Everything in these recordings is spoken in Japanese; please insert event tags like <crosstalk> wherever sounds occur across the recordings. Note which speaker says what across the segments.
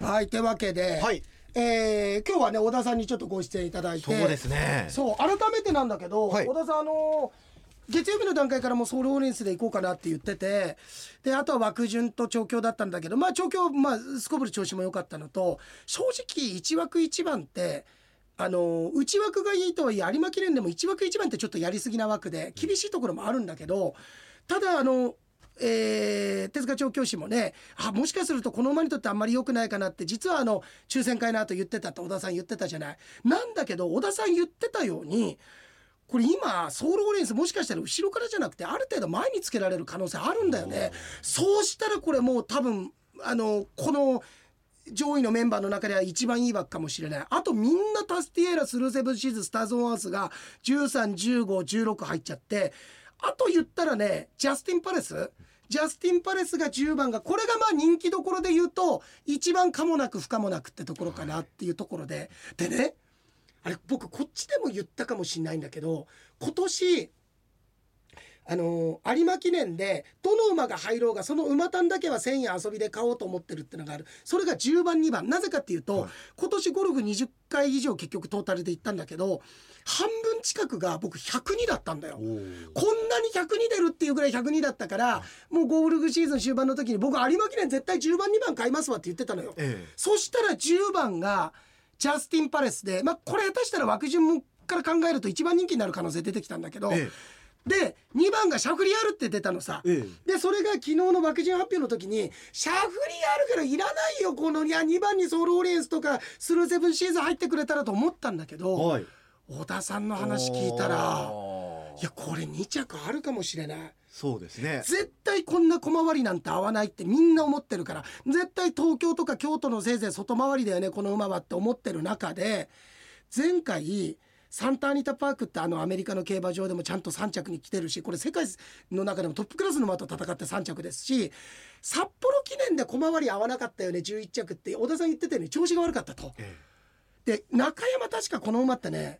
Speaker 1: はいというわけで、
Speaker 2: はい
Speaker 1: えー今日はね小田さんにちょっとご出演いただいて
Speaker 2: そうですね
Speaker 1: そう改めてなんだけど、
Speaker 2: はい
Speaker 1: 小田さんあの月曜日の段階からもうソロオーレンスで行こうかなって言っててであとは枠順と調教だったんだけどまあ調教、まあ、すこぶる調子も良かったのと正直1枠1番ってあの内枠がいいとはいえ有馬記念でも1枠1番ってちょっとやりすぎな枠で厳しいところもあるんだけどただあのえー手塚調教師もねあもしかするとこの馬にとってあんまり良くないかなって実はあの抽選会の後言ってたと小田さん言ってたじゃないなんだけど小田さん言ってたようにこれ今ソウルオレンスもしかしたら後ろからじゃなくてある程度前につけられる可能性あるんだよねそうしたらこれもう多分あのこの上位のメンバーの中では一番いい枠かもしれないあとみんなタスティエーラスルーセブンシーズスターズ・オン・アースが131516入っちゃってあと言ったらねジャスティン・パレスジャスティン・パレスが10番がこれがまあ人気どころで言うと一番かもなく不可もなくってところかなっていうところで、でねあれ僕こっちでも言ったかもしれないんだけど今年あのー有馬記念でどの馬が入ろうがその馬単だけは1000円遊びで買おうと思ってるってのがあるそれが10番2番なぜかっていうと、今年ゴルフ20回以上結局トータルで行ったんだけど半分近くが僕102だったんだよ。こんなに102出るっていうぐらい102だったからもうゴールフシーズン終盤の時に僕有馬記念絶対10番2番買いますわって言ってたのよ。
Speaker 2: え
Speaker 1: そしたら10番がジャスティン・パレスで、まあ、これ下手したら枠順から考えると一番人気になる可能性出てきたんだけど、
Speaker 2: え
Speaker 1: で2番がシャフリヤールって出たのさ、
Speaker 2: ええ
Speaker 1: でそれが昨日の枠順発表の時にシャフリヤールからいらないよこのいや2番にソウルオリエンスとかスルーセブンシーズン入ってくれたらと思ったんだけど、
Speaker 2: はい
Speaker 1: 小田さんの話聞いたら
Speaker 2: おー
Speaker 1: いやこれ2着あるかもしれない。
Speaker 2: そうですね
Speaker 1: 絶対こんな小回りなんて合わないってみんな思ってるから絶対東京とか京都のせいぜい外回りだよねこの馬はって思ってる中で前回サンタアニタパークってあのアメリカの競馬場でもちゃんと3着に来てるしこれ世界の中でもトップクラスの馬と戦って3着ですし札幌記念で小回り合わなかったよね11着って小田さん言ってたように調子が悪かったと。
Speaker 2: え
Speaker 1: で中山確かこの馬ってね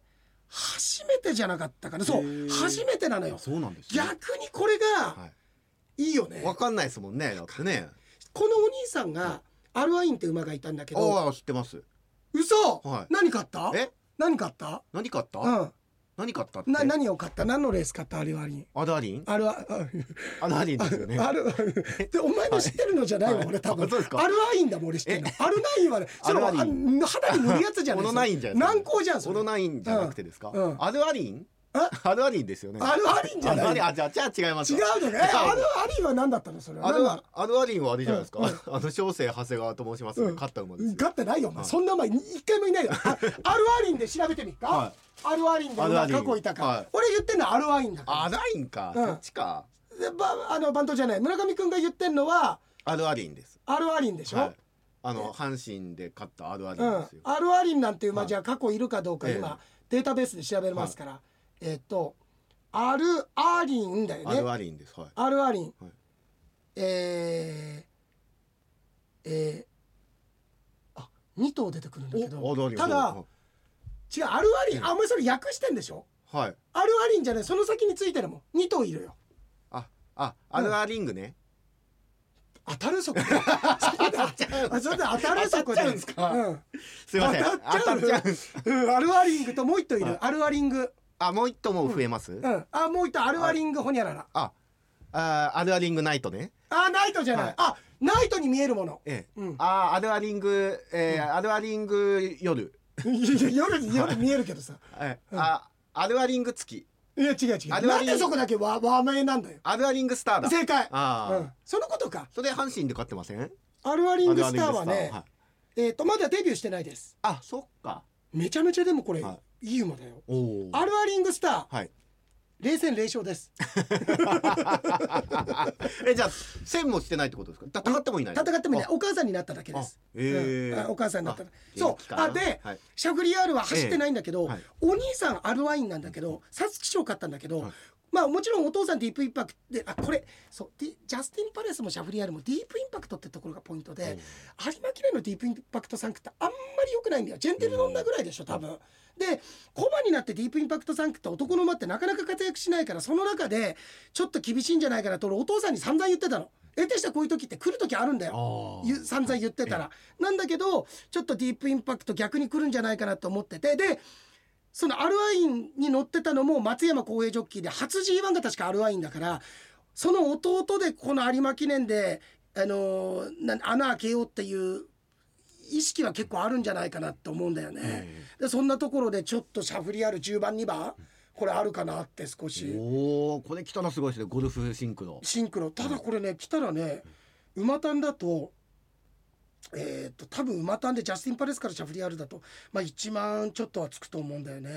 Speaker 1: 初めてじゃなかったかなそ
Speaker 2: へ
Speaker 1: う
Speaker 2: ー
Speaker 1: 初めてなの
Speaker 2: え
Speaker 1: よ。
Speaker 2: そうなんですね
Speaker 1: 逆にこれが
Speaker 2: はい
Speaker 1: いいよね。
Speaker 2: わかんないですもんねだってね
Speaker 1: このお兄さんがアルワインって馬がいたんだけど
Speaker 2: ああ知ってます
Speaker 1: 嘘、
Speaker 2: はい
Speaker 1: 何買った
Speaker 2: え
Speaker 1: 何買った
Speaker 2: 何買った
Speaker 1: うん
Speaker 2: 何買ったって
Speaker 1: な何を買った何のレース買ったアルワイン
Speaker 2: アダリ
Speaker 1: <laughs>
Speaker 2: ン
Speaker 1: アルワ
Speaker 2: アダリンですよね
Speaker 1: <laughs> アルワインでお前の知ってるのじゃないわ、
Speaker 2: はい
Speaker 1: 俺多分
Speaker 2: あそうですか
Speaker 1: アルワインだもん俺知ってるのアルナインはねその
Speaker 2: アルナイ
Speaker 1: あ肌に塗るやつじゃない
Speaker 2: オノナインじゃない
Speaker 1: 軟膏じゃんそ
Speaker 2: オ
Speaker 1: れ
Speaker 2: ロナインじゃなくてですか
Speaker 1: うんうん
Speaker 2: アルアリン
Speaker 1: え
Speaker 2: アルアリンですよね
Speaker 1: アルワインじゃない
Speaker 2: アルアリンあじゃあじゃあ違います
Speaker 1: 違
Speaker 2: わ
Speaker 1: うのねえアルワインは何だったのそれは
Speaker 2: ア
Speaker 1: 何
Speaker 2: ル
Speaker 1: なの
Speaker 2: アルアリンはあれじゃないですか
Speaker 1: うんう
Speaker 2: あの小生長谷川と申します
Speaker 1: う
Speaker 2: ね
Speaker 1: ん
Speaker 2: 勝った馬ですよ
Speaker 1: 勝ってないよお前、
Speaker 2: はい
Speaker 1: そんな前に一回もいないよ
Speaker 2: <laughs>
Speaker 1: あアルワインで調べてみっか、
Speaker 2: は
Speaker 1: アルワインで
Speaker 2: アルワ
Speaker 1: 馬
Speaker 2: イン
Speaker 1: 過去いたか、
Speaker 2: はい
Speaker 1: 俺言ってんのはアルワインだから
Speaker 2: アダインか
Speaker 1: うん
Speaker 2: そっちか
Speaker 1: でばあの番頭じゃない村上君が言ってんのは
Speaker 2: アルアリンです
Speaker 1: アルアリンでしょ、
Speaker 2: はいあの阪神で勝ったアルアリ
Speaker 1: う
Speaker 2: ン
Speaker 1: ん
Speaker 2: ですよ、
Speaker 1: アルアリンなんていう馬、
Speaker 2: はい
Speaker 1: じゃあ過去いるかどうか
Speaker 2: ええ
Speaker 1: 今、データベースで調べますから、えっとアルアリンだよ
Speaker 2: アル
Speaker 1: ね
Speaker 2: アリンですはい
Speaker 1: アルアリン、
Speaker 2: はい
Speaker 1: えー、えー、あ2頭出てくるんだけ
Speaker 2: アルア
Speaker 1: ど
Speaker 2: リン
Speaker 1: ただ違うアルアリン、あんまりそれ訳してんでしょ
Speaker 2: はい
Speaker 1: アルアリンじゃないその先についてるもん2頭いるよ
Speaker 2: ああアルアリングね、
Speaker 1: 当たるそこそうだあそうだ当たるそこ
Speaker 2: 当たっちゃうんすか
Speaker 1: うん
Speaker 2: すいません
Speaker 1: 当たっちゃう
Speaker 2: 当たっちゃう
Speaker 1: うん、アルアリングともう一頭いる、
Speaker 2: はい
Speaker 1: アルアリング、
Speaker 2: あもう一頭も増えます、
Speaker 1: うん、あもう一頭アルアリングホニャララ
Speaker 2: ああアルアリングナイトね
Speaker 1: あナイトじゃない、
Speaker 2: はい
Speaker 1: あナイトに見えるもの
Speaker 2: ええ、
Speaker 1: うん
Speaker 2: あアルアリング、えーアルアリング夜、
Speaker 1: 夜に夜見えるけどさ
Speaker 2: はいあアルアリング月
Speaker 1: いや違う違う
Speaker 2: アルアリ
Speaker 1: なん
Speaker 2: ング
Speaker 1: でそこだけ和和名なんだよ
Speaker 2: アルアリングスターだ
Speaker 1: 正解
Speaker 2: あー
Speaker 1: うん、そのことか
Speaker 2: それ阪神で勝ってませんアル
Speaker 1: アルアリングスターは
Speaker 2: アリング
Speaker 1: ね
Speaker 2: スタはい
Speaker 1: えっ、とまだデビューしてないです
Speaker 2: あそっか
Speaker 1: めちゃめちゃでもこれ、、
Speaker 2: はい
Speaker 1: い馬だよ
Speaker 2: おお
Speaker 1: アルアリングスター
Speaker 2: はい
Speaker 1: 0戦0勝です
Speaker 2: <laughs> えじゃあ線もしてないってことですか戦ってもいない
Speaker 1: 戦ってもねお母さんになっただけです、
Speaker 2: あへ
Speaker 1: う
Speaker 2: え
Speaker 1: んあお母さんになったら
Speaker 2: あ
Speaker 1: そう
Speaker 2: 元気かな
Speaker 1: あで、
Speaker 2: はい
Speaker 1: シャフリヤールは走ってないんだけど、
Speaker 2: ええはい
Speaker 1: お兄さんアルワインなんだけど皐月賞買ったんだけど、
Speaker 2: はい
Speaker 1: まあもちろんお父さんディープインパクトであこれそうディジャスティン・パレスもシャフリヤールもディープインパクトってところがポイントで有馬記念のディープインパクト3区ってあんまり良くないんだよジェンテルロンナぐらいでしょ多分。でコマになってディープインパクト3区って男の馬ってなかなか活躍しないからその中でちょっと厳しいんじゃないかなと俺お父さんに散々言ってたの。得てしてこういう時って来る時あるんだよ
Speaker 2: あ
Speaker 1: ゆ散々言ってたら、なんだけどちょっとディープインパクト逆に来るんじゃないかなと思っててでそのアルワインに乗ってたのも松山公平ジョッキーで初 G1 が確かアルワインだからその弟でこの有馬記念で、あのーな穴開けようっていう意識は結構あるんじゃないかなと思うんだよね。でそんなところでちょっとしゃふりある10番2番これあるかなって少し
Speaker 2: おおこれ来たのすごいですねゴルフシンクの
Speaker 1: シンクロただこれね来たらね馬単だとえっと多分馬単でジャスティン・パレスからシャフリアールだと、まあ、1万ちょっとはつくと思うんだよね、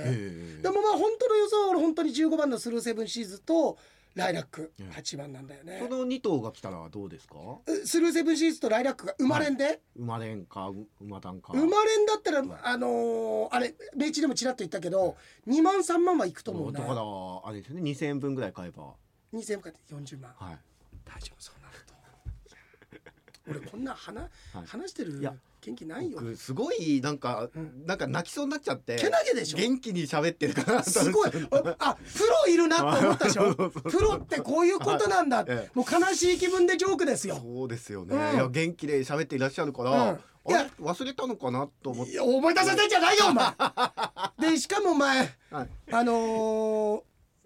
Speaker 1: でもまあ本当の予想は俺本当に15番のスルーセブンシーズとライラック
Speaker 2: ええ
Speaker 1: 8番なんだよね
Speaker 2: こ、の二頭が来たらどうですか
Speaker 1: うスルーセブンシーズとライラックが生まれんで、
Speaker 2: 馬連かう馬単か
Speaker 1: 生まれんだったらあのーあれ明治でもちらっと言ったけど2万3万はいくと思う
Speaker 2: だ
Speaker 1: な
Speaker 2: からあれですよね2000円分ぐらい買えば
Speaker 1: 2000円か40万
Speaker 2: はい
Speaker 1: 大丈夫そうなると <laughs> 俺こんな話,、
Speaker 2: はい
Speaker 1: 話してる
Speaker 2: いや
Speaker 1: 元気ないよ
Speaker 2: 僕すごいなんか、
Speaker 1: うん
Speaker 2: なんか泣きそうになっちゃって
Speaker 1: けなげでしょ
Speaker 2: 元気に喋ってるから
Speaker 1: す
Speaker 2: <laughs>
Speaker 1: ごいああプロいるなって思ったでしょ
Speaker 2: そうそうそう
Speaker 1: プロってこういうことなんだ、
Speaker 2: ええ
Speaker 1: もう悲しい気分でジョークですよ
Speaker 2: そうですよね、
Speaker 1: うん
Speaker 2: いや元気で喋っていらっしゃるから、
Speaker 1: うん
Speaker 2: あ
Speaker 1: い
Speaker 2: れ
Speaker 1: や
Speaker 2: 忘れたのかなと思って
Speaker 1: いや思い出させんじゃないよお
Speaker 2: <laughs>
Speaker 1: 前でしかもお前
Speaker 2: はい
Speaker 1: あのー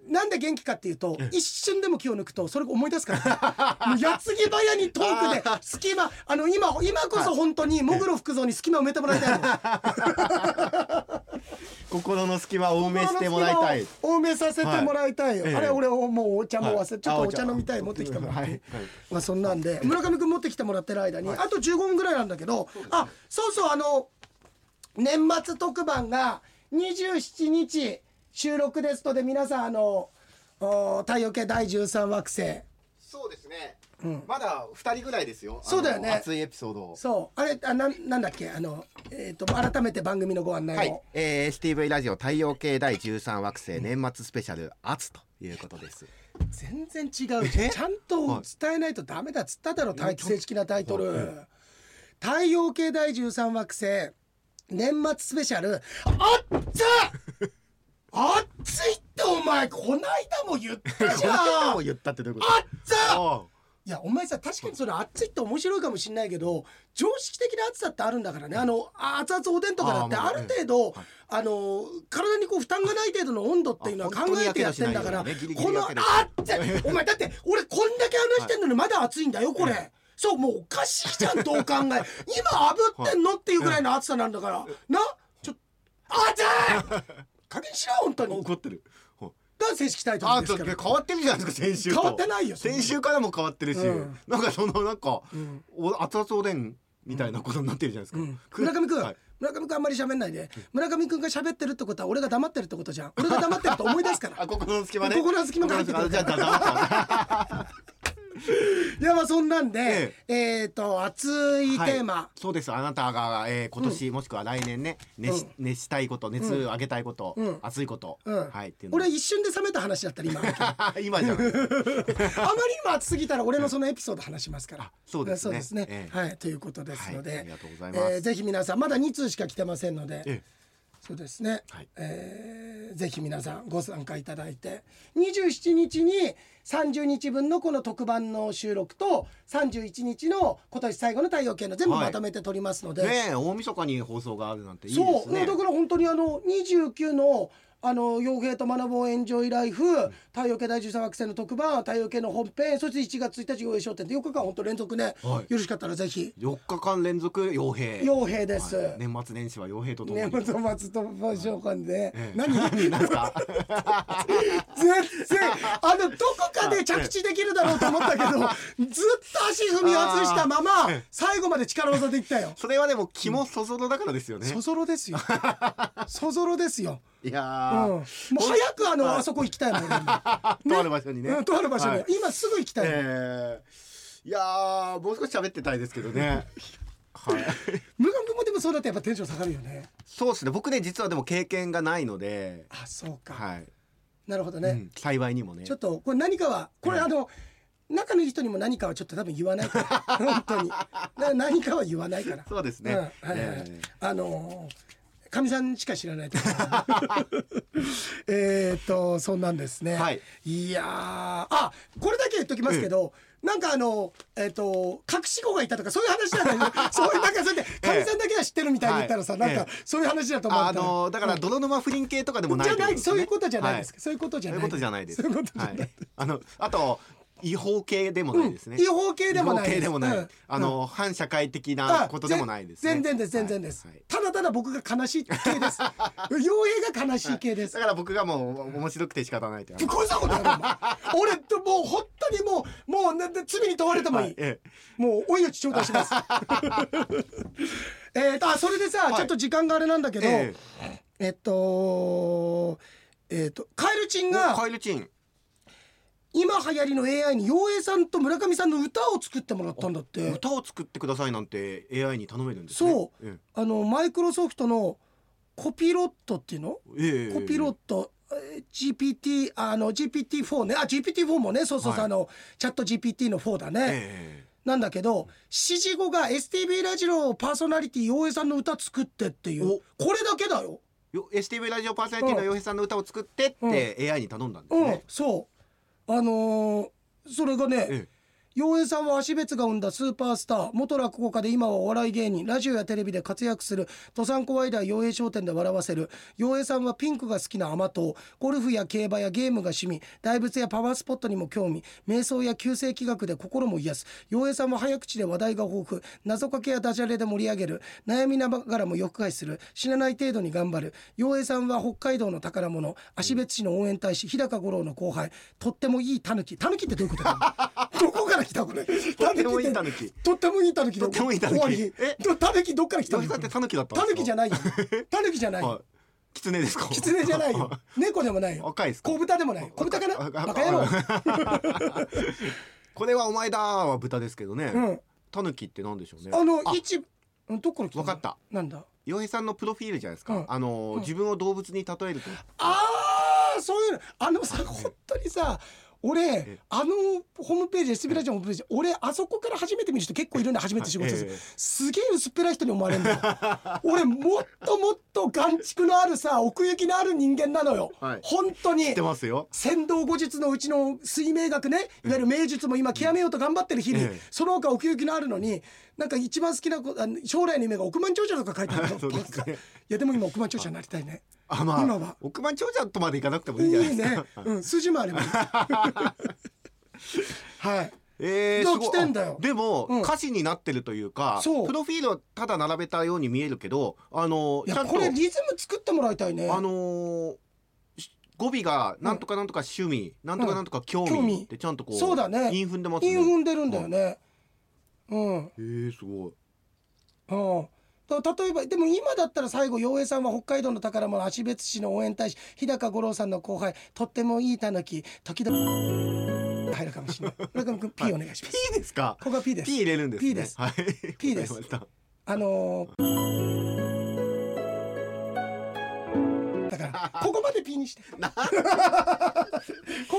Speaker 1: なんで元気かっていうと一瞬でも気を抜くとそれを思い出すから、ね、矢継ぎ早にトーク
Speaker 2: <laughs>
Speaker 1: で隙間あの今今こそ本当にもぐろ福蔵に隙間埋めてもらいたいの
Speaker 2: 心の隙間を多めしてもらいたい
Speaker 1: 多めさせてもらいたいよ、
Speaker 2: はい
Speaker 1: あれ
Speaker 2: ええ
Speaker 1: 俺もうお茶も忘れ、
Speaker 2: はい
Speaker 1: ちょっとお茶
Speaker 2: あお茶
Speaker 1: 飲みたい持ってきてもらって、
Speaker 2: はいはい
Speaker 1: まあそんなんで村上君持ってきてもらってる間に、あと15分ぐらいなんだけどあそうそうあの年末特番が27日収録ですので皆さんあのお太陽系第13惑星
Speaker 2: そうですね、
Speaker 1: うん
Speaker 2: まだ二人ぐらいですよ
Speaker 1: そうだよね
Speaker 2: あの熱いエピソードを
Speaker 1: そうあれあなんなんだっけあの、えー、と改めて番組のご案内を、
Speaker 2: はい、えー、STV ラジオ太陽系第13惑星年末スペシャル「熱」というこ
Speaker 1: <laughs>
Speaker 2: とです
Speaker 1: 全然違うじゃん <laughs> ちゃんと伝えないとダメだっつっただろ大正式なタイトル「太陽系第13惑星年末スペシャル」あっつ <laughs> あっついってお前こないだも言ったじゃんあ
Speaker 2: <laughs> も
Speaker 1: っ
Speaker 2: 言ったってどういうこ
Speaker 1: つ
Speaker 2: <laughs> と
Speaker 1: いやお前さ確かにそれ熱いって面白いかもしれないけど常識的な熱さってあるんだからねあのあ熱々おでんとかだって
Speaker 2: あー
Speaker 1: あ
Speaker 2: まあ
Speaker 1: る
Speaker 2: ね
Speaker 1: 程度
Speaker 2: はい
Speaker 1: あの体にこう負担がない程度の温度っていうのは
Speaker 2: あ
Speaker 1: 考えてやってんだから
Speaker 2: 本当にやけどしないようにねギリギリ
Speaker 1: この
Speaker 2: やけど
Speaker 1: あってお前だって俺こんだけ話してんのにまだ熱いんだよこれ。そうもうおかしいじゃん
Speaker 2: <laughs>
Speaker 1: どう考え今炙ってんのっていうぐらいの熱さなんだからなちょ熱い
Speaker 2: <laughs>
Speaker 1: 加減しろ本当に
Speaker 2: 怒ってるほう
Speaker 1: が正式タイトル
Speaker 2: あ
Speaker 1: で
Speaker 2: ちょ
Speaker 1: す
Speaker 2: っと
Speaker 1: から
Speaker 2: 変わってるじゃないですか先週と
Speaker 1: 変わってないよそんなの
Speaker 2: 先週からも変わってるし、
Speaker 1: うん
Speaker 2: なんかそのなんか、
Speaker 1: ん
Speaker 2: お熱々おでんみたいなことになってるじゃないですか、
Speaker 1: うん村上君、
Speaker 2: はい
Speaker 1: 村上君あんまり喋んないで村上君が喋ってるってことは俺が黙ってるってことじゃん俺が黙ってると思い出すから
Speaker 2: あ心の隙間ね
Speaker 1: 心の隙間が入ってくる
Speaker 2: 心の隙間じゃあじゃあ黙ってます
Speaker 1: いやまあそんなんでえっ、と熱いテーマ、
Speaker 2: はい、そうですあなたが、えー、今年、もしくは来年ね熱し,、熱したいこと熱上げたいこと、
Speaker 1: うん
Speaker 2: 熱いこと、
Speaker 1: うん
Speaker 2: はいっていうの
Speaker 1: 俺一瞬で冷めた話だったら今あま
Speaker 2: <laughs> 今
Speaker 1: <laughs>
Speaker 2: じゃない
Speaker 1: りにも熱すぎたら俺のそのエピソード話しますから
Speaker 2: あそうです
Speaker 1: そ
Speaker 2: ね
Speaker 1: うですね、
Speaker 2: ええ
Speaker 1: はいということですので、
Speaker 2: はいありがとうございます
Speaker 1: えーぜひ皆さんまだ2通しか来てませんので、
Speaker 2: え
Speaker 1: そうですね、
Speaker 2: はい
Speaker 1: えーぜひ皆さんご参加いただいて27日に30日分のこの特番の収録と31日の今年最後の太陽系の全部
Speaker 2: はい
Speaker 1: まとめて撮りますので、
Speaker 2: ねえ大晦日に放送があるなんていいで
Speaker 1: そう
Speaker 2: すね
Speaker 1: だから本当にあの29のあの傭兵と学ぼうエンジョイライフ、太陽系第13惑星の特番太陽系の本編そして1月1日傭兵商店で4日間本当連続ね、
Speaker 2: はい
Speaker 1: よろしかったらぜひ
Speaker 2: 4日間連続傭兵
Speaker 1: 傭兵です、
Speaker 2: はい年末年始は傭兵ととも
Speaker 1: 年
Speaker 2: に、
Speaker 1: 末松と場所間で、
Speaker 2: ええ
Speaker 1: 何
Speaker 2: 何なんですか
Speaker 1: <laughs> 全然あのどこかで着地できるだろうと思ったけどずっと足踏み外したまま最後まで力技でいったよ。
Speaker 2: それはでも気もそぞろだからですよね、
Speaker 1: そぞろですよ。そぞろですよ。
Speaker 2: い
Speaker 1: うん、
Speaker 2: やー、
Speaker 1: もう早くあのあそこ行きたい
Speaker 2: <laughs>
Speaker 1: もん。今
Speaker 2: とある場所にね
Speaker 1: うんとある場所
Speaker 2: は
Speaker 1: で
Speaker 2: い、
Speaker 1: 今すぐ行きたいもん。
Speaker 2: えー、いやーもう少し喋ってたいですけどねはい
Speaker 1: 村上君もでもそうだとやっぱテンション下がるよね。
Speaker 2: そうですね僕ね実はでも経験がないので
Speaker 1: あ、そうか。
Speaker 2: はい、
Speaker 1: なるほど
Speaker 2: う
Speaker 1: ね。
Speaker 2: ん、幸いにもね
Speaker 1: ちょっとこれ何かはこれあの、仲のいい人にも何かはちょっと多分言わないから本当にな何かは言わないから
Speaker 2: そうですね
Speaker 1: んはいはいはい
Speaker 2: え
Speaker 1: あのーかみさんしか知らないと思うえーっとそんなんですね、
Speaker 2: はい、
Speaker 1: やーあこれだけ言っときますけど、なんかあのえーっと隠し子がいたとかそういう話なんだけどそういうなんかそうやってかみさんだけは知ってるみたいに言ったらさ、
Speaker 2: はい
Speaker 1: なんかそういう話だと思
Speaker 2: あ
Speaker 1: う
Speaker 2: あのだから泥沼不倫系とかでもない
Speaker 1: じゃない、
Speaker 2: って
Speaker 1: そういうことじゃない
Speaker 2: で
Speaker 1: です
Speaker 2: す
Speaker 1: か、
Speaker 2: ね
Speaker 1: そういうことじ
Speaker 2: は
Speaker 1: ゃない
Speaker 2: いそういうことじゃないです
Speaker 1: そういうことじゃない、
Speaker 2: はいあのあと違法系でもないですね
Speaker 1: 違法系でもない
Speaker 2: 違法系でもない
Speaker 1: うん
Speaker 2: あの反社会的
Speaker 1: あ
Speaker 2: なことでもないですね
Speaker 1: ぜ全然です全然です、
Speaker 2: はいはい
Speaker 1: ただただ僕が悲しい系
Speaker 2: <laughs>
Speaker 1: です傭兵が悲しい系です
Speaker 2: だから僕がもう面白くて仕方ないって
Speaker 1: こいつのことやろお前俺ってもう本当にもうもうな罪に問われてもいい、
Speaker 2: はいええ
Speaker 1: もうお命頂戴します
Speaker 2: <laughs>
Speaker 1: えーとあそれでさ、
Speaker 2: い
Speaker 1: ちょっと時間があれなんだけど、
Speaker 2: え
Speaker 1: えっとえっとカエルチン
Speaker 2: えお
Speaker 1: が
Speaker 2: カエルチン
Speaker 1: 今流行りの AI に陽平さんと村上さんの歌を作ってもらったんだって
Speaker 2: 歌を作ってくださいなんて AI に頼めるんですね
Speaker 1: そう、
Speaker 2: え
Speaker 1: あのマイクロソフトのコピロットっていうの
Speaker 2: えええ
Speaker 1: コピロット、えー GPT あの GPT4 ねあ GPT4 もねそうそうそう、
Speaker 2: はい
Speaker 1: あのチャット GPT の4だね、
Speaker 2: え
Speaker 1: なんだけど指示後が STV ラジオパーソナリティ洋江さんの歌作ってっていうこれだけだよ、
Speaker 2: えよ STV ラジオパーソナリティの洋平さんの歌を作ってって AI に頼んだんで
Speaker 1: う
Speaker 2: す
Speaker 1: ん、
Speaker 2: ね
Speaker 1: そうあのーそれがね、
Speaker 2: ええ
Speaker 1: 陽平さんは足別が生んだスーパースター元落語家で今はお笑い芸人ラジオやテレビで活躍する登山コワイダー陽平商店で笑わせる陽平さんはピンクが好きな甘党ゴルフや競馬やゲームが趣味大仏やパワースポットにも興味瞑想や旧世紀学で心も癒す陽平さんは早口で話題が豊富謎かけやダジャレで盛り上げる悩みながらも欲害する死なない程度に頑張る陽平さんは北海道の宝物芦別市の応援大使日高五郎の後輩とってもいいタヌキタヌキってどういうことだどこから来たこ
Speaker 2: <laughs>
Speaker 1: れ。と
Speaker 2: ってもいい狸
Speaker 1: とってもいい狸だ。
Speaker 2: とってもいい狸
Speaker 1: 終わり
Speaker 2: え
Speaker 1: どタヌキどっから来た
Speaker 2: 洋
Speaker 1: の？
Speaker 2: 平さんってタヌキだったん
Speaker 1: タ
Speaker 2: で
Speaker 1: ヌ
Speaker 2: すか
Speaker 1: キじゃないよ。タヌキじゃないよ。
Speaker 2: いキツネですか
Speaker 1: キツネじゃないよ。猫でもないよ。
Speaker 2: <laughs> 赤いですか
Speaker 1: 小豚でもないよ。小豚かな？
Speaker 2: 赤
Speaker 1: バカ野郎。
Speaker 2: <laughs> これはお前だーは豚ですけどね、
Speaker 1: うん。
Speaker 2: タヌキってなんでしょうね
Speaker 1: あの一うんどっから来たの？
Speaker 2: わかった
Speaker 1: なんだ。
Speaker 2: 洋平さんのプロフィールじゃないですか、
Speaker 1: うん
Speaker 2: あのー自分を動物に例えると
Speaker 1: ああそういうのあのさ本当にさ俺あのホームページ SB ラジオのホームページ俺あそこから初めて見る人結構いるんだ初めて仕事する、
Speaker 2: ええ
Speaker 1: すげえ薄っぺらい人に思われ
Speaker 2: <laughs>
Speaker 1: るんだよ俺もっともっと眼蓄のあるさ奥行きのある人間なのよ、
Speaker 2: はい
Speaker 1: 本当
Speaker 2: 知
Speaker 1: に
Speaker 2: ってますよ
Speaker 1: 先導後日のうちの水明学ねいわゆる名術も今極めようと頑張ってる日々、
Speaker 2: ええ
Speaker 1: その他奥行きのあるのになんか一番好きなこあの将来の夢が億万長者とか書いてあるの
Speaker 2: <laughs> そうですね
Speaker 1: バカいやでも今億万長者になりたいね
Speaker 2: あまあ
Speaker 1: 今は
Speaker 2: 億万長者とまでいかなくてもいいんじゃない
Speaker 1: い
Speaker 2: で
Speaker 1: い
Speaker 2: すか
Speaker 1: ね。
Speaker 2: <laughs>
Speaker 1: うん、筋もあります。はい。
Speaker 2: えー
Speaker 1: どう
Speaker 2: すごい
Speaker 1: 来てんだよ
Speaker 2: あでも、
Speaker 1: うん
Speaker 2: 歌詞になってるというか
Speaker 1: そう
Speaker 2: プロフィールをただ並べたように見えるけどあの
Speaker 1: い
Speaker 2: ちゃ
Speaker 1: や、
Speaker 2: んと
Speaker 1: これリズム作ってもらいたいね。
Speaker 2: あのーし語尾がなんとかなんとか趣味、なんとかなんとか興
Speaker 1: 興
Speaker 2: 味
Speaker 1: 味
Speaker 2: ってちゃんとこう
Speaker 1: そうだね
Speaker 2: 韻踏んでますね
Speaker 1: 韻踏んでるんだよね。うん。
Speaker 2: えー、すごい
Speaker 1: うん。だから例えばでも今だったら最後陽平さんは北海道の宝物芦別市の応援大使日高五郎さんの後輩とってもいいたぬき時々入るかもしれない村上君 P お願いします、
Speaker 2: P ですか
Speaker 1: ここが P です
Speaker 2: P 入れるんです、ね、
Speaker 1: P です
Speaker 2: はい
Speaker 1: P です
Speaker 2: わかりました
Speaker 1: あのーだ
Speaker 2: <laughs>
Speaker 1: からこ <laughs> こまで P にしてこ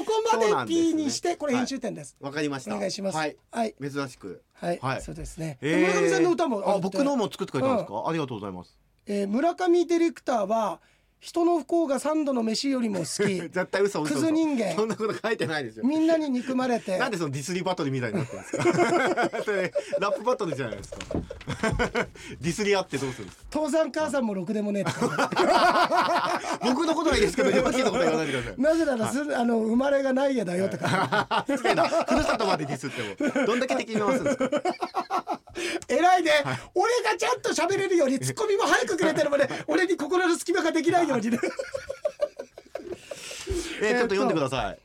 Speaker 1: こ
Speaker 2: そ
Speaker 1: ま
Speaker 2: うな
Speaker 1: で
Speaker 2: んです
Speaker 1: P
Speaker 2: ね
Speaker 1: にして、これ編集点です、
Speaker 2: わかりました
Speaker 1: お願いします
Speaker 2: はい
Speaker 1: はい
Speaker 2: 珍しく
Speaker 1: はい、
Speaker 2: はい
Speaker 1: そうですね、
Speaker 2: えー
Speaker 1: 村上さんの歌もる
Speaker 2: あ
Speaker 1: って
Speaker 2: 僕のも作ってくれたんですか、ありがとうございます
Speaker 1: えー村上ディレクターは人の不幸が三度の飯よりも好
Speaker 2: <laughs>
Speaker 1: き
Speaker 2: 絶対嘘嘘
Speaker 1: ク
Speaker 2: 嘘
Speaker 1: ズ人間
Speaker 2: そんなこと書いてないですよ
Speaker 1: みんなに憎まれて
Speaker 2: なんでそのディスリーバトルみたいになってるんです
Speaker 1: <laughs>
Speaker 2: かそれラップバトルじゃないですか <laughs> ディスり合ってどうするんですか
Speaker 1: 父さん母さんもろくでもねえって
Speaker 2: <laughs>
Speaker 1: 言われて
Speaker 2: 僕のことはいいですけど今聞いたことは言わないでください
Speaker 1: なぜならす、あの生まれがないやだよとか
Speaker 2: 失礼なふるさとまでディスってもどんだけ敵に回すんですか
Speaker 1: 偉いね、俺がちゃんと喋れるようにツッコミも早くくれてるま
Speaker 2: <laughs>
Speaker 1: で俺に心の隙間ができないようにね
Speaker 2: えーちょっと読んでください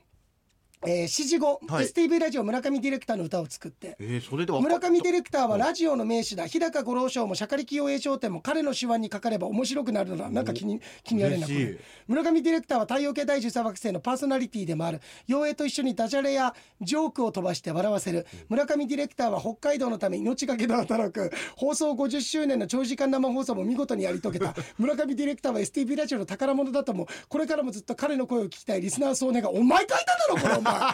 Speaker 1: えー指示後、
Speaker 2: はい
Speaker 1: STV ラジオ村上ディレクターの歌を作って
Speaker 2: えー、それでは
Speaker 1: 村上ディレクターはラジオの名手だ日高五郎賞もしゃかりき陽栄商店も彼の手腕にかかれば面白くなるのだなんか気に気になるなこ
Speaker 2: 嬉しい
Speaker 1: れ村上ディレクターは太陽系第13惑星のパーソナリティでもある陽栄と一緒にダジャレやジョークを飛ばして笑わせる村上ディレクターは北海道のため命がけで働く放送50周年の長時間生放送も見事にやり遂げた村上ディレクターは STB ラジオの宝物だと思うこれからもずっと彼の声を聞きたいリスナー総願いお前書いただろこれお前お前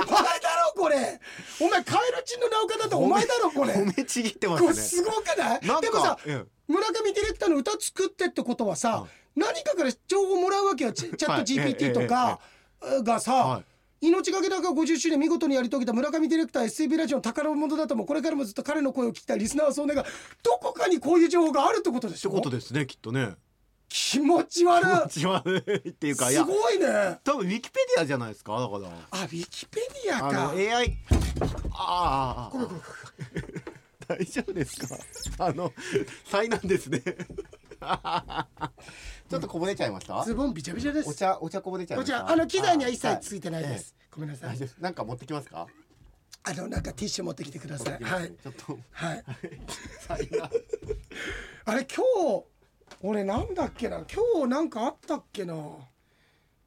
Speaker 1: だろこれお前カエルチンの直岡だとお前だろこれ
Speaker 2: 褒めちぎってま
Speaker 1: これ
Speaker 2: す
Speaker 1: す
Speaker 2: ね
Speaker 1: ごくない
Speaker 2: なんか
Speaker 1: でもさ、
Speaker 2: うん
Speaker 1: 村上ディレクターの歌作ってってことはさ、
Speaker 2: は
Speaker 1: 何かから情報もらうわけよチチャット GPT とかがさ、
Speaker 2: は
Speaker 1: 命がけだから50周年見事にやり遂げた村上ディレクター SCB ラジオの宝物だともこれからもずっと彼の声を聞きたいリスナーはそう願うどこかにこういう情報があるってことでし
Speaker 2: ち
Speaker 1: ょ
Speaker 2: ょことですねきっとね
Speaker 1: 気持ち悪い
Speaker 2: 一番っていうかい
Speaker 1: す
Speaker 2: や
Speaker 1: ごいねあ
Speaker 2: 多分ウィキペディアじゃないですかだか
Speaker 1: ウ
Speaker 2: ら
Speaker 1: ィキペディア
Speaker 2: あの
Speaker 1: か
Speaker 2: AI ああああああ大丈夫ですか <laughs> あの災難ですね <laughs> ちょっとこぼれちゃいました
Speaker 1: ズボンびちゃびちゃで
Speaker 2: お
Speaker 1: す
Speaker 2: 茶お茶こぼれちゃい
Speaker 1: こ
Speaker 2: まし
Speaker 1: ち
Speaker 2: た
Speaker 1: らあの機材には一切つ
Speaker 2: い
Speaker 1: いてないです、ごめんなさ
Speaker 2: 大
Speaker 1: い
Speaker 2: 丈夫なんか持ってきますか
Speaker 1: あのなんかティッシュ持ってきてくださいはい
Speaker 2: ちょっと
Speaker 1: はい
Speaker 2: 災難
Speaker 1: あれ今日俺なんだっけな今日なんかあったっけな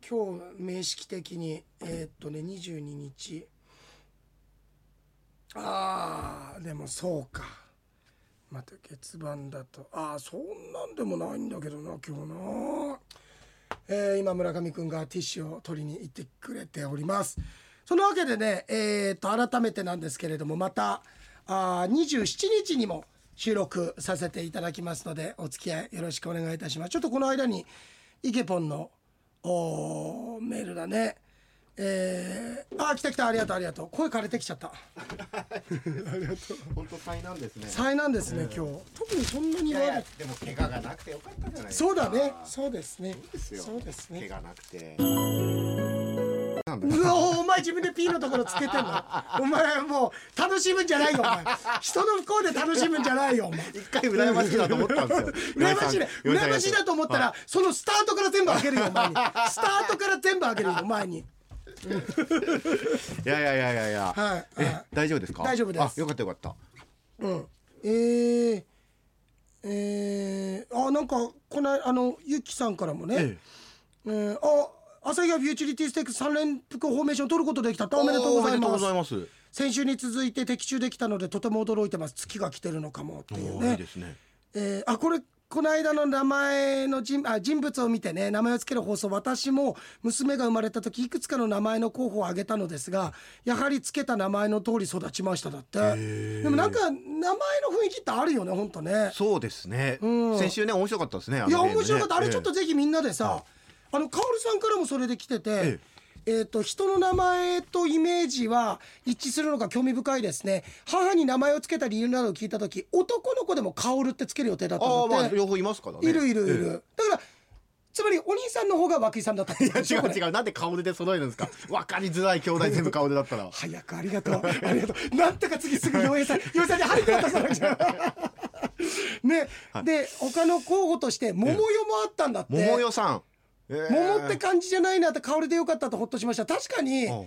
Speaker 1: 今日名式的にえーっとね22日あーでもそうかまた月番だとああそんなんでもないんだけどな今日な、えー今村上くんがティッシュを取りに行ってくれておりますそのわけでねえーっと改めてなんですけれどもまたあー27日にも収録させていただきますのでお付き合いよろしくお願いいたしますちょっとこの間にイケポンのおーメールだねえー、あー来た来たありがとうありがとう声枯れてきちゃった
Speaker 2: 本当災難ですね
Speaker 1: 災難ですね、今日特にそんなに
Speaker 2: い
Speaker 1: 言わ
Speaker 2: やい
Speaker 1: れ
Speaker 2: やでも怪我がなくてよかったじゃないですか
Speaker 1: そうだねそうですね
Speaker 2: そうですよ
Speaker 1: そうですね
Speaker 2: 怪我なくて
Speaker 1: うおお前自分で P のところつけてんのお前もう楽しむんじゃないよお前人の不幸で楽しむんじゃないよお前
Speaker 2: 一回羨ましいなと思ったんですよ
Speaker 1: <laughs> 羨ましいね
Speaker 2: 岩井さ
Speaker 1: 羨
Speaker 2: ん
Speaker 1: ましいなと思ったら、そのスタートから全部開けるよお前にスタートから全部開けるよお前に
Speaker 2: いやいやいやいやい
Speaker 1: は
Speaker 2: や。
Speaker 1: いはい
Speaker 2: え、大丈夫ですか。
Speaker 1: 大丈夫です
Speaker 2: あ、よかったよかった。
Speaker 1: うんえー、えー、あなんかこのあのゆきさんからもね、
Speaker 2: え
Speaker 1: えーあ朝日がフューチュリティステック3連複フォーメーション取ることできたっておめでとうござい
Speaker 2: おめでと
Speaker 1: ま
Speaker 2: うご
Speaker 1: す
Speaker 2: ざいます。
Speaker 1: 先週に続いて的中できたのでとても驚いてます月が来てるのかもっていう
Speaker 2: お
Speaker 1: ね
Speaker 2: ーいいですね。
Speaker 1: えーあこれこの間の名前の人あ人物を見てね名前をつける放送私も娘が生まれた時いくつかの名前の候補を挙げたのですがやはりつけた名前の通り育ちましただってでもなんか名前の雰囲気ってあるよねほんとね
Speaker 2: そうですね。
Speaker 1: うん
Speaker 2: 先週ね、面白かったですね。あの
Speaker 1: いや
Speaker 2: ゲームね
Speaker 1: 面白かったあれちょっと
Speaker 2: え
Speaker 1: ぜひみんなでさ、あのカオルさんからもそれで来てて、え
Speaker 2: え
Speaker 1: ーと人の名前とイメージは一致するのが興味深いですね母に名前をつけた理由などを聞いた時男の子でもカオルってつける予定だっ
Speaker 2: え。
Speaker 1: た
Speaker 2: あ
Speaker 1: の
Speaker 2: あ、
Speaker 1: って、
Speaker 2: まあ、両方いますからね。
Speaker 1: いるいるい
Speaker 2: ええ。
Speaker 1: る、だからつまりお兄さんの方が涌井さんだったってことでし
Speaker 2: 違
Speaker 1: ょこ
Speaker 2: う
Speaker 1: れ
Speaker 2: 違うなんで顔出で揃えるんです <laughs> かわかりづらい兄弟全部顔出だったら
Speaker 1: 早くありがとうありがとうなんとか次すぐ洋平さん洋平さんに早く渡さなき
Speaker 2: <laughs>
Speaker 1: ゃね、で他の候補として桃代もあったんだって
Speaker 2: 桃代さん
Speaker 1: 桃って感じじゃないなって香りでよかったとほっとしました確かに
Speaker 2: うん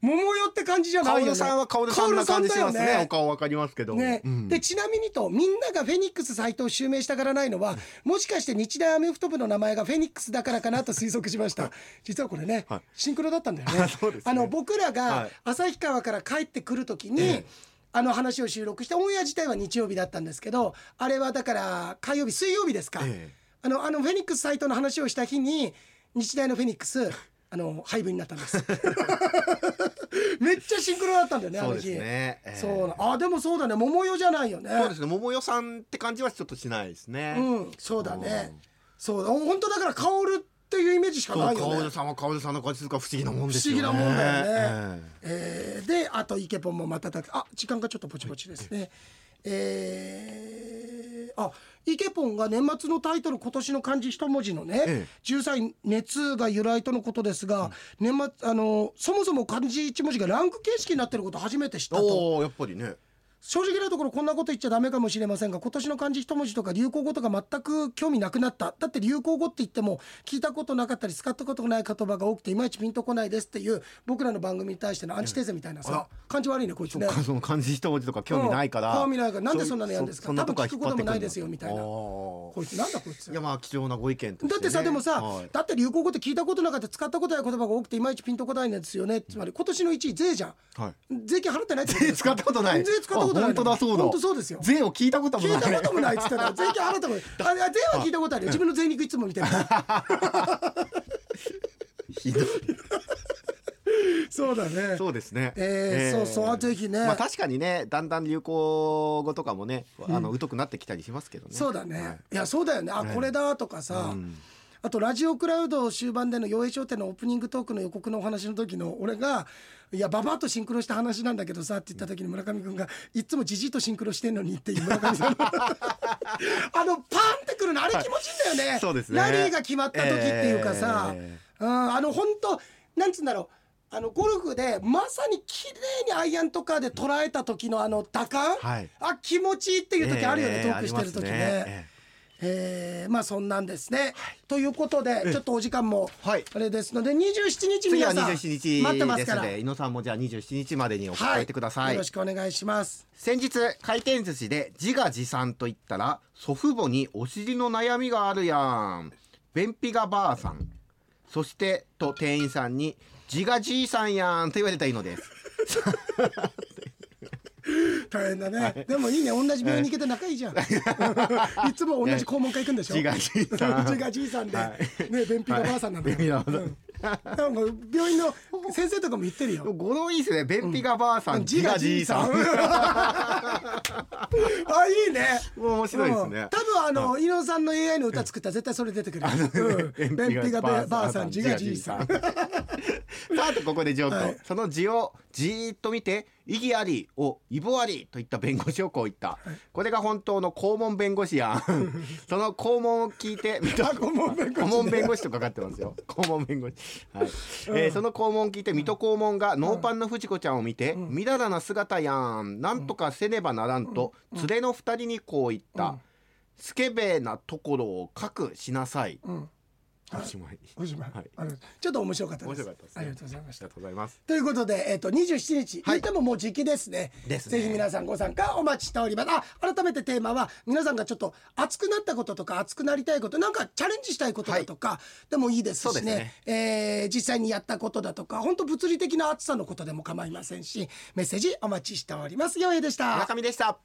Speaker 1: 桃代って感じじゃな
Speaker 2: 顔
Speaker 1: いよね
Speaker 2: 出さんは顔出さんな感じします
Speaker 1: 香織さんだよ
Speaker 2: ねお顔わかりますけど
Speaker 1: ね
Speaker 2: うん
Speaker 1: でちなみにとみんながフェニックス斎藤を襲名したからないのはもしかして日大アメフト部の名前がフェニックスだからかなと推測しました実はこれね、
Speaker 2: はい
Speaker 1: シンクロだったんだよね
Speaker 2: <laughs> そうですね
Speaker 1: あの僕ら
Speaker 2: は
Speaker 1: が
Speaker 2: い
Speaker 1: 旭川から帰ってくる時に、
Speaker 2: ええ
Speaker 1: あの話を収録してオンエア自体は日曜日だったんですけどあれはだから火曜日水曜日ですか、
Speaker 2: ええ
Speaker 1: あのあのフェニックス斎藤の話をした日に日大のフェニックスあの廃部になったんです <laughs> めっちゃシンクロだったんだよねあ
Speaker 2: そ
Speaker 1: の
Speaker 2: うで
Speaker 1: 日
Speaker 2: すねええ
Speaker 1: そうなあでもそうだね桃代じゃないよね
Speaker 2: そうですね桃代さんって感じはちょっとしないですね
Speaker 1: うんそうだねそうだ本当だから薫っていうイメージしか
Speaker 2: そ
Speaker 1: な
Speaker 2: う、
Speaker 1: いよ
Speaker 2: 顔
Speaker 1: ね
Speaker 2: 出さんは顔出さんの感じするから不思議なもんですよね。
Speaker 1: 不思議なもんだよ
Speaker 2: ね。
Speaker 1: えーであとイケポンもまたたくあ時間がちょっとポチポチですねえーあイケポンが年末のタイトル今年の漢字一文字のね、
Speaker 2: ええ
Speaker 1: 13位熱が由来とのことですが、年末あのそもそも漢字一文字がランク形式になってること初めて知ったと
Speaker 2: おお、やっぱりね。
Speaker 1: 正直なところこんなこと言っちゃダメかもしれませんが今年の漢字一文字とか流行語とか全く興味なくなっただって流行語って言っても聞いたことなかったり使ったことない言葉が多くていまいちピンとこないですっていう僕らの番組に対してのアンチテーゼみたいな
Speaker 2: あ
Speaker 1: さ
Speaker 2: ら
Speaker 1: 感じ悪いねこいつね
Speaker 2: か <laughs> その漢字一文字とか興味ないから。
Speaker 1: うん興味ないからなんでそんなのやんですか
Speaker 2: そそなこ
Speaker 1: 多分
Speaker 2: は
Speaker 1: 聞くこともないですよみたいな
Speaker 2: 引っ張
Speaker 1: こ
Speaker 2: ってくるんだ
Speaker 1: いつなんだこいつ
Speaker 2: あーいやまあ貴重なご意見としてね
Speaker 1: だってさでもさ、
Speaker 2: はい
Speaker 1: だって流行語って聞いたことなかった使ったことない言葉が多くていまいちピンとこないんですよねつまり今年の1位税じゃん
Speaker 2: はい。
Speaker 1: 税金払ってないってことです
Speaker 2: 使ったことない。
Speaker 1: 税使ったことない
Speaker 2: あ本当だそうだ。
Speaker 1: 本当そうですよ
Speaker 2: 税を聞いたことも
Speaker 1: 聞
Speaker 2: ないい。
Speaker 1: たこともないっつったら税金払ったことないああ税は聞いたことあるよ自分の税肉いつもみたいな
Speaker 2: <laughs> ひどい。
Speaker 1: そうだね
Speaker 2: そうですね。
Speaker 1: えーそうそうあぜひね
Speaker 2: まあ確かにね、だんだん流行語とかもね、あの疎くなってきたりしますけどね。
Speaker 1: そうだね、
Speaker 2: はい
Speaker 1: い、やそうだよねあ
Speaker 2: ね
Speaker 1: これだとかさ、
Speaker 2: うん
Speaker 1: あとラジオクラウド終盤での洋平商店のオープニングトークの予告のお話の時の俺が「いやババアとシンクロした話なんだけどさ」って言った時に村上君が「いっつもじじいとシンクロしてんのに」っていう村上
Speaker 2: <laughs>
Speaker 1: さんのあのパンってくるのあれ気持ちいいんだよね,、
Speaker 2: そうですね
Speaker 1: ラリーが決まった時っていうかさ、
Speaker 2: え
Speaker 1: うん、あの本当なんつうんだろうあのゴルフでまさに綺麗にアイアンとかで捉えた時のあの打感、
Speaker 2: はい
Speaker 1: あ気持ちいいっていう時あるよね、
Speaker 2: え
Speaker 1: トークしてる時ね。
Speaker 2: ありますええ
Speaker 1: えーまあそんなんですね。ということでちょっとお時間も
Speaker 2: はい
Speaker 1: あれですので27日
Speaker 2: 次
Speaker 1: 皆
Speaker 2: は
Speaker 1: さん
Speaker 2: 27日
Speaker 1: 待ってま
Speaker 2: です
Speaker 1: から
Speaker 2: すので、井野さんもじゃあ27日までにお
Speaker 1: は
Speaker 2: 伝えてください。
Speaker 1: よろしくお願いします。
Speaker 2: 先日回転寿司で自画自賛と言ったら祖父母にお尻の悩みがあるやん便秘がばあさんそしてと店員さんに自画じいさんやんと言われたいのです
Speaker 1: 大変だね。でもいいね同じ病院に行けて仲いいじゃん。 <laughs> いつも同じ肛門科行くんでしょ。
Speaker 2: 自画自
Speaker 1: <laughs>
Speaker 2: 賛
Speaker 1: 自画じいさんで、
Speaker 2: は
Speaker 1: ね便秘がばあさんなんだよ。
Speaker 2: <laughs> はい
Speaker 1: うんなんか病院の先生とかも言ってるよ。
Speaker 2: 語呂いいですね便秘がばあさん、自画じいさん <laughs>
Speaker 1: あいいね。
Speaker 2: 面白いですね、
Speaker 1: うん多分あの伊野さんの AI の歌作ったら絶対それ出てくるよ。
Speaker 2: <laughs>
Speaker 1: うん便秘がばばあさん、自画じいさん。
Speaker 2: <laughs> さあとここで上等、
Speaker 1: はい
Speaker 2: その字をじーっと見て「意義あり」を「イボあり」といった弁護士をこう言った、これが本当の肛門弁護士やんその肛門を聞いて
Speaker 1: <laughs> 顧問弁護士
Speaker 2: 顧問弁護士とかかってますよ <laughs> 顧問弁護士、はいえーその肛門を聞いて水戸黄門がノーパンの藤子ちゃんを見て「みだらな姿やんなんとかせねばならん」と連れの二人にこう言った、スケベなところを書くしなさい、
Speaker 1: ん
Speaker 2: おしまい
Speaker 1: おしまい
Speaker 2: はい
Speaker 1: あのちょっと面白かったです。
Speaker 2: 面白かったですね
Speaker 1: ありがとうございまし
Speaker 2: あり
Speaker 1: た
Speaker 2: が。とうございます
Speaker 1: ということで、えっと27日、
Speaker 2: は
Speaker 1: 言っ
Speaker 2: い
Speaker 1: てももう時期ですね
Speaker 2: ですね
Speaker 1: ぜひ皆さんご参加お待ちしておりますあ改めてテーマは皆さんがちょっと熱くなったこととか熱くなりたいことなんかチャレンジしたいことだとか、でもいいですし
Speaker 2: そう
Speaker 1: ね
Speaker 2: ですね
Speaker 1: えー実際にやったことだとか本当物理的な熱さのことでも構いませんしメッセージお待ちしておりますよえでした
Speaker 2: 村上でした